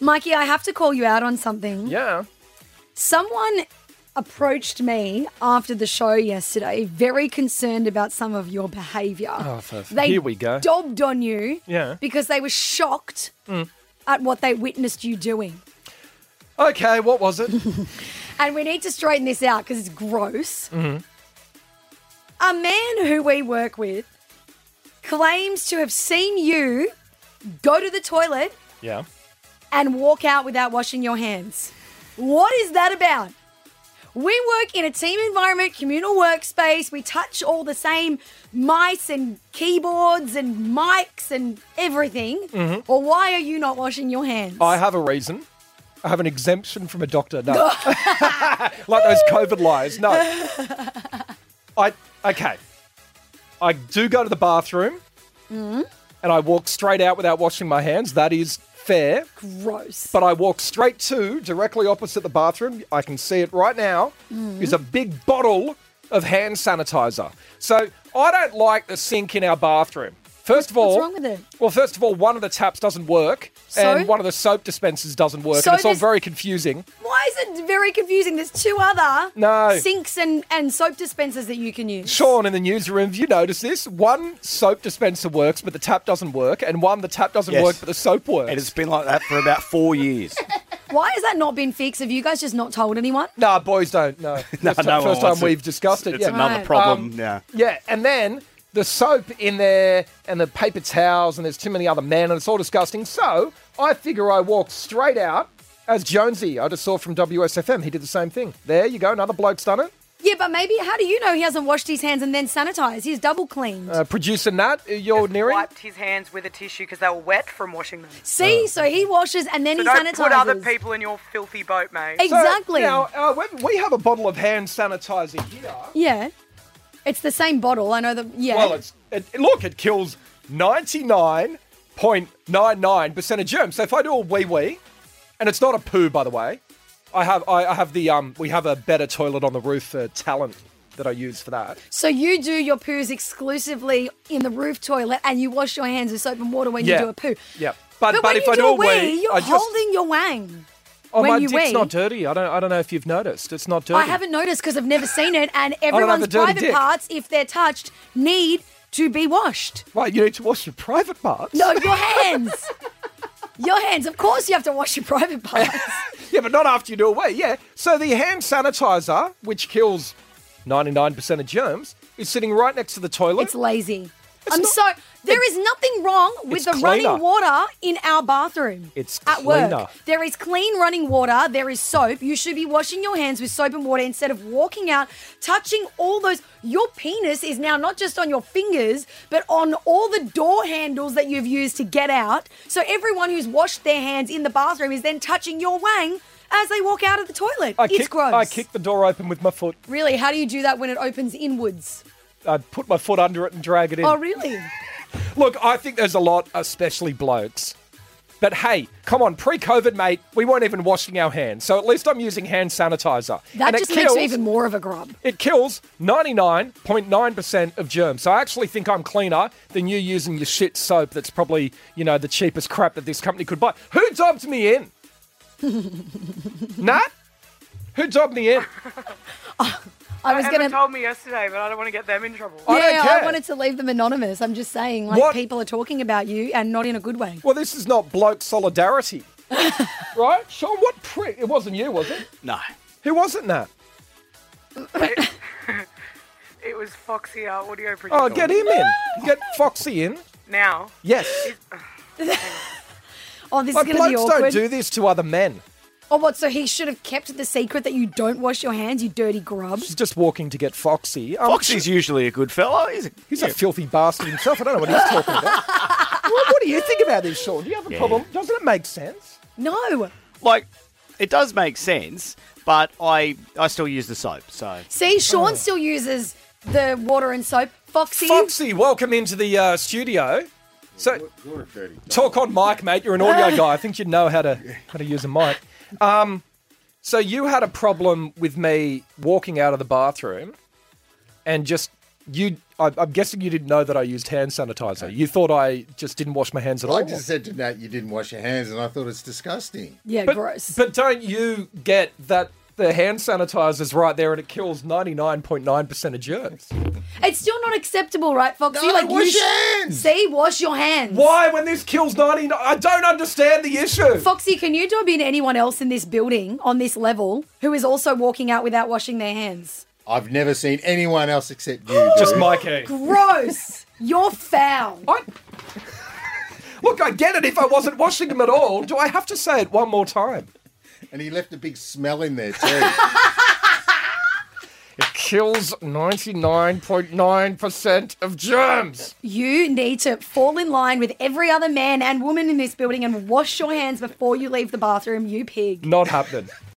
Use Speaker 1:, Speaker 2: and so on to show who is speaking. Speaker 1: Mikey, I have to call you out on something.
Speaker 2: Yeah.
Speaker 1: Someone approached me after the show yesterday, very concerned about some of your behaviour.
Speaker 2: Oh, for-
Speaker 1: they
Speaker 2: here we go.
Speaker 1: dobbed on you
Speaker 2: Yeah. Mm.
Speaker 1: because they were shocked at what they witnessed you doing.
Speaker 2: Okay, what was it?
Speaker 1: And we need to straighten this out because it's gross.
Speaker 2: Mm-hmm.
Speaker 1: A man who we work with claims to have seen you go to the toilet
Speaker 2: yeah.
Speaker 1: and walk out without washing your hands. What is that about? We work in a team environment, communal workspace. We touch all the same mice and keyboards and mics and everything. Or why are you not washing your hands?
Speaker 2: Mm-hmm. I have a reason. I have an exemption from a doctor. No. like those COVID lies. No. I okay. I do go to the bathroom
Speaker 1: Mm-hmm.
Speaker 2: and I walk straight out without washing my hands. That is fair.
Speaker 1: Gross.
Speaker 2: But I walk straight to, directly opposite the bathroom. I can see it right now.
Speaker 1: Mm-hmm.
Speaker 2: Is a big bottle of hand sanitizer. So I don't like the sink in our bathroom. First of all,
Speaker 1: What's wrong with it?
Speaker 2: Well, first of all, one of the taps doesn't work,
Speaker 1: So?
Speaker 2: and one of the soap dispensers doesn't work,
Speaker 1: So
Speaker 2: and it's all
Speaker 1: there's-
Speaker 2: very confusing.
Speaker 1: Why is it very confusing? There's two other
Speaker 2: No.
Speaker 1: sinks and, and soap dispensers that you can use.
Speaker 2: Sean in the newsroom, have you noticed this? One soap dispenser works, but the tap doesn't work, and one the tap doesn't
Speaker 3: Yes.
Speaker 2: work, but the soap works.
Speaker 3: And it's been like that for about four years.
Speaker 1: Why has that not been fixed? Have you guys just not told anyone?
Speaker 2: Nah, boys don't. No, first, time,
Speaker 3: No, no one
Speaker 2: first time
Speaker 3: wants it.
Speaker 2: we've discussed it.
Speaker 3: It's
Speaker 2: yeah.
Speaker 3: another
Speaker 1: Right.
Speaker 3: problem.
Speaker 2: Um,
Speaker 3: yeah.
Speaker 2: Yeah, and then the soap in there and the paper towels, and there's too many other men, and it's all disgusting. So I figure I walk straight out as Jonesy. I just saw from WSFM. He did the same thing. There you go, another bloke's done it.
Speaker 1: Yeah, but maybe how do you know he hasn't washed his hands and then sanitized? He's double cleaned.
Speaker 2: Uh, producer Nat, you're nearing.
Speaker 4: Wiped his hands with a tissue because they were wet from washing them.
Speaker 2: Oh.
Speaker 1: See, so he washes and then
Speaker 4: So
Speaker 1: he
Speaker 4: don't
Speaker 1: sanitizes.
Speaker 4: put other people in your filthy boat, mate.
Speaker 1: Ex-
Speaker 2: So,
Speaker 1: Exactly.
Speaker 2: Now, uh, when we have a bottle of hand sanitizer here.
Speaker 1: Yeah. It's the same bottle. I know that. Yeah.
Speaker 2: Well, it's it, look, it kills 99.99% of germs. So if I do a wee wee, and it's not a poo, by the way, I have I, I have the um we have a better toilet on the roof for talent that I use for that.
Speaker 1: so you do your poos exclusively in the roof toilet and you wash your hands with soap and water when
Speaker 2: Yeah.
Speaker 1: you do a poo.
Speaker 2: Yeah.
Speaker 1: But,
Speaker 2: But, but,
Speaker 1: when
Speaker 2: if
Speaker 1: you
Speaker 2: I
Speaker 1: do a wee, you're
Speaker 2: I just,
Speaker 1: holding your wang.
Speaker 2: oh,
Speaker 1: when
Speaker 2: my
Speaker 1: you
Speaker 2: dick's
Speaker 1: wee.
Speaker 2: not dirty. I don't I don't know if you've noticed. It's not dirty.
Speaker 1: I haven't noticed because I've never seen it, and
Speaker 2: have a
Speaker 1: everyone's
Speaker 2: dirty
Speaker 1: private
Speaker 2: dick.
Speaker 1: parts, if they're touched, need to be washed.
Speaker 2: Right, you need to wash your private parts.
Speaker 1: No, your hands. Your hands. Of course, you have to wash your private parts.
Speaker 2: Yeah, but not after you do away. Yeah. So the hand sanitizer, which kills 99% of germs, is sitting right next to the toilet.
Speaker 1: It's lazy. I'm
Speaker 2: not-
Speaker 1: so. There is nothing wrong with
Speaker 2: It's
Speaker 1: the running
Speaker 2: cleaner.
Speaker 1: water in our bathroom.
Speaker 2: It's
Speaker 1: at work.
Speaker 2: cleaner.
Speaker 1: There is clean running water. There is soap. You should be washing your hands with soap and water instead of walking out, touching all those. Your penis is now not just on your fingers, but on all the door handles that you've used to get out. So everyone who's washed their hands in the bathroom is then touching your wang as they walk out of the toilet.
Speaker 2: I
Speaker 1: it's
Speaker 2: kick,
Speaker 1: gross.
Speaker 2: I kick the door open with my foot.
Speaker 1: Really, how do you do that when it opens inwards?
Speaker 2: I put my foot under it and drag it in.
Speaker 1: Oh, really?
Speaker 2: Look, I think there's a lot, especially blokes. But hey, come on, pre COVID, mate, we weren't even washing our hands. So at least I'm using hand sanitizer.
Speaker 1: That
Speaker 2: And it
Speaker 1: just makes me
Speaker 2: kills-
Speaker 1: even more of a grub.
Speaker 2: It kills 99.9% of germs. So I actually think I'm cleaner than you using your shit soap that's probably, you know, the cheapest crap that this company could buy. Who dobbed me in? Nat? Who dobbed me in?
Speaker 1: I was
Speaker 4: Emma
Speaker 1: gonna. Oh.
Speaker 4: told me yesterday, but I don't want to get them in trouble.
Speaker 2: I don't
Speaker 1: yeah,
Speaker 2: care.
Speaker 1: I wanted to leave them anonymous. I'm just saying, like,
Speaker 2: What?
Speaker 1: people are talking about you and not in a good way.
Speaker 2: Well, this is not bloke solidarity. right? Sean, what prick? It wasn't you, was it?
Speaker 3: No.
Speaker 2: Who wasn't that?
Speaker 4: It was Foxy, our audio producer.
Speaker 2: Oh, get him in. Get Foxy in.
Speaker 4: Now,
Speaker 2: Yes.
Speaker 1: Oh, this
Speaker 2: Like,
Speaker 1: is going to be
Speaker 2: blokes don't
Speaker 1: awkward.
Speaker 2: do this to other men.
Speaker 1: oh, what? So he should have kept the secret that you don't wash your hands, you dirty grub.
Speaker 2: He's just walking to get Foxy. Um,
Speaker 3: Foxy's usually a good fella. He's a,
Speaker 2: He's a filthy bastard himself. I don't know what he's talking about. what, what do you think about this, Sean? Do you have a problem? Doesn't it make sense?
Speaker 1: No.
Speaker 3: like, it does make sense, but I I still use the soap. So
Speaker 1: See,
Speaker 2: Oh.
Speaker 1: Sean still uses the water and soap. Foxy.
Speaker 2: Foxy, welcome into the uh, studio. So, talk on mic, mate. You're an audio guy. I think you know how to how to use a mic. Um, so you had a problem with me walking out of the bathroom and just You, I, I'm guessing you didn't know that I used hand sanitizer. You thought I just didn't wash my hands at
Speaker 5: I
Speaker 2: all.
Speaker 5: just said to Nat, you didn't wash your hands, and I thought it's disgusting.
Speaker 1: Yeah,
Speaker 2: but,
Speaker 1: gross.
Speaker 2: But don't you get that the hand sanitizer's right there and it kills 99.9% of germs?
Speaker 1: it's still not acceptable, right, Foxy?
Speaker 5: No,
Speaker 1: like
Speaker 5: wash
Speaker 1: you
Speaker 5: your hands!
Speaker 1: See, wash your hands.
Speaker 2: Why, when this kills 99? I don't understand the issue.
Speaker 1: Foxy, can you dob in anyone else in this building on this level who is also walking out without washing their hands?
Speaker 5: I've never seen anyone else except you.
Speaker 2: Just
Speaker 5: dude.
Speaker 2: Mikey.
Speaker 1: Gross! You're foul.
Speaker 2: I, look, I get it if I wasn't washing them at all. Do I have to say it one more time?
Speaker 5: And he left a big smell in there too.
Speaker 2: It kills 99.9% of germs.
Speaker 1: You need to fall in line with every other man and woman in this building and wash your hands before you leave the bathroom, you pig.
Speaker 2: Not happening.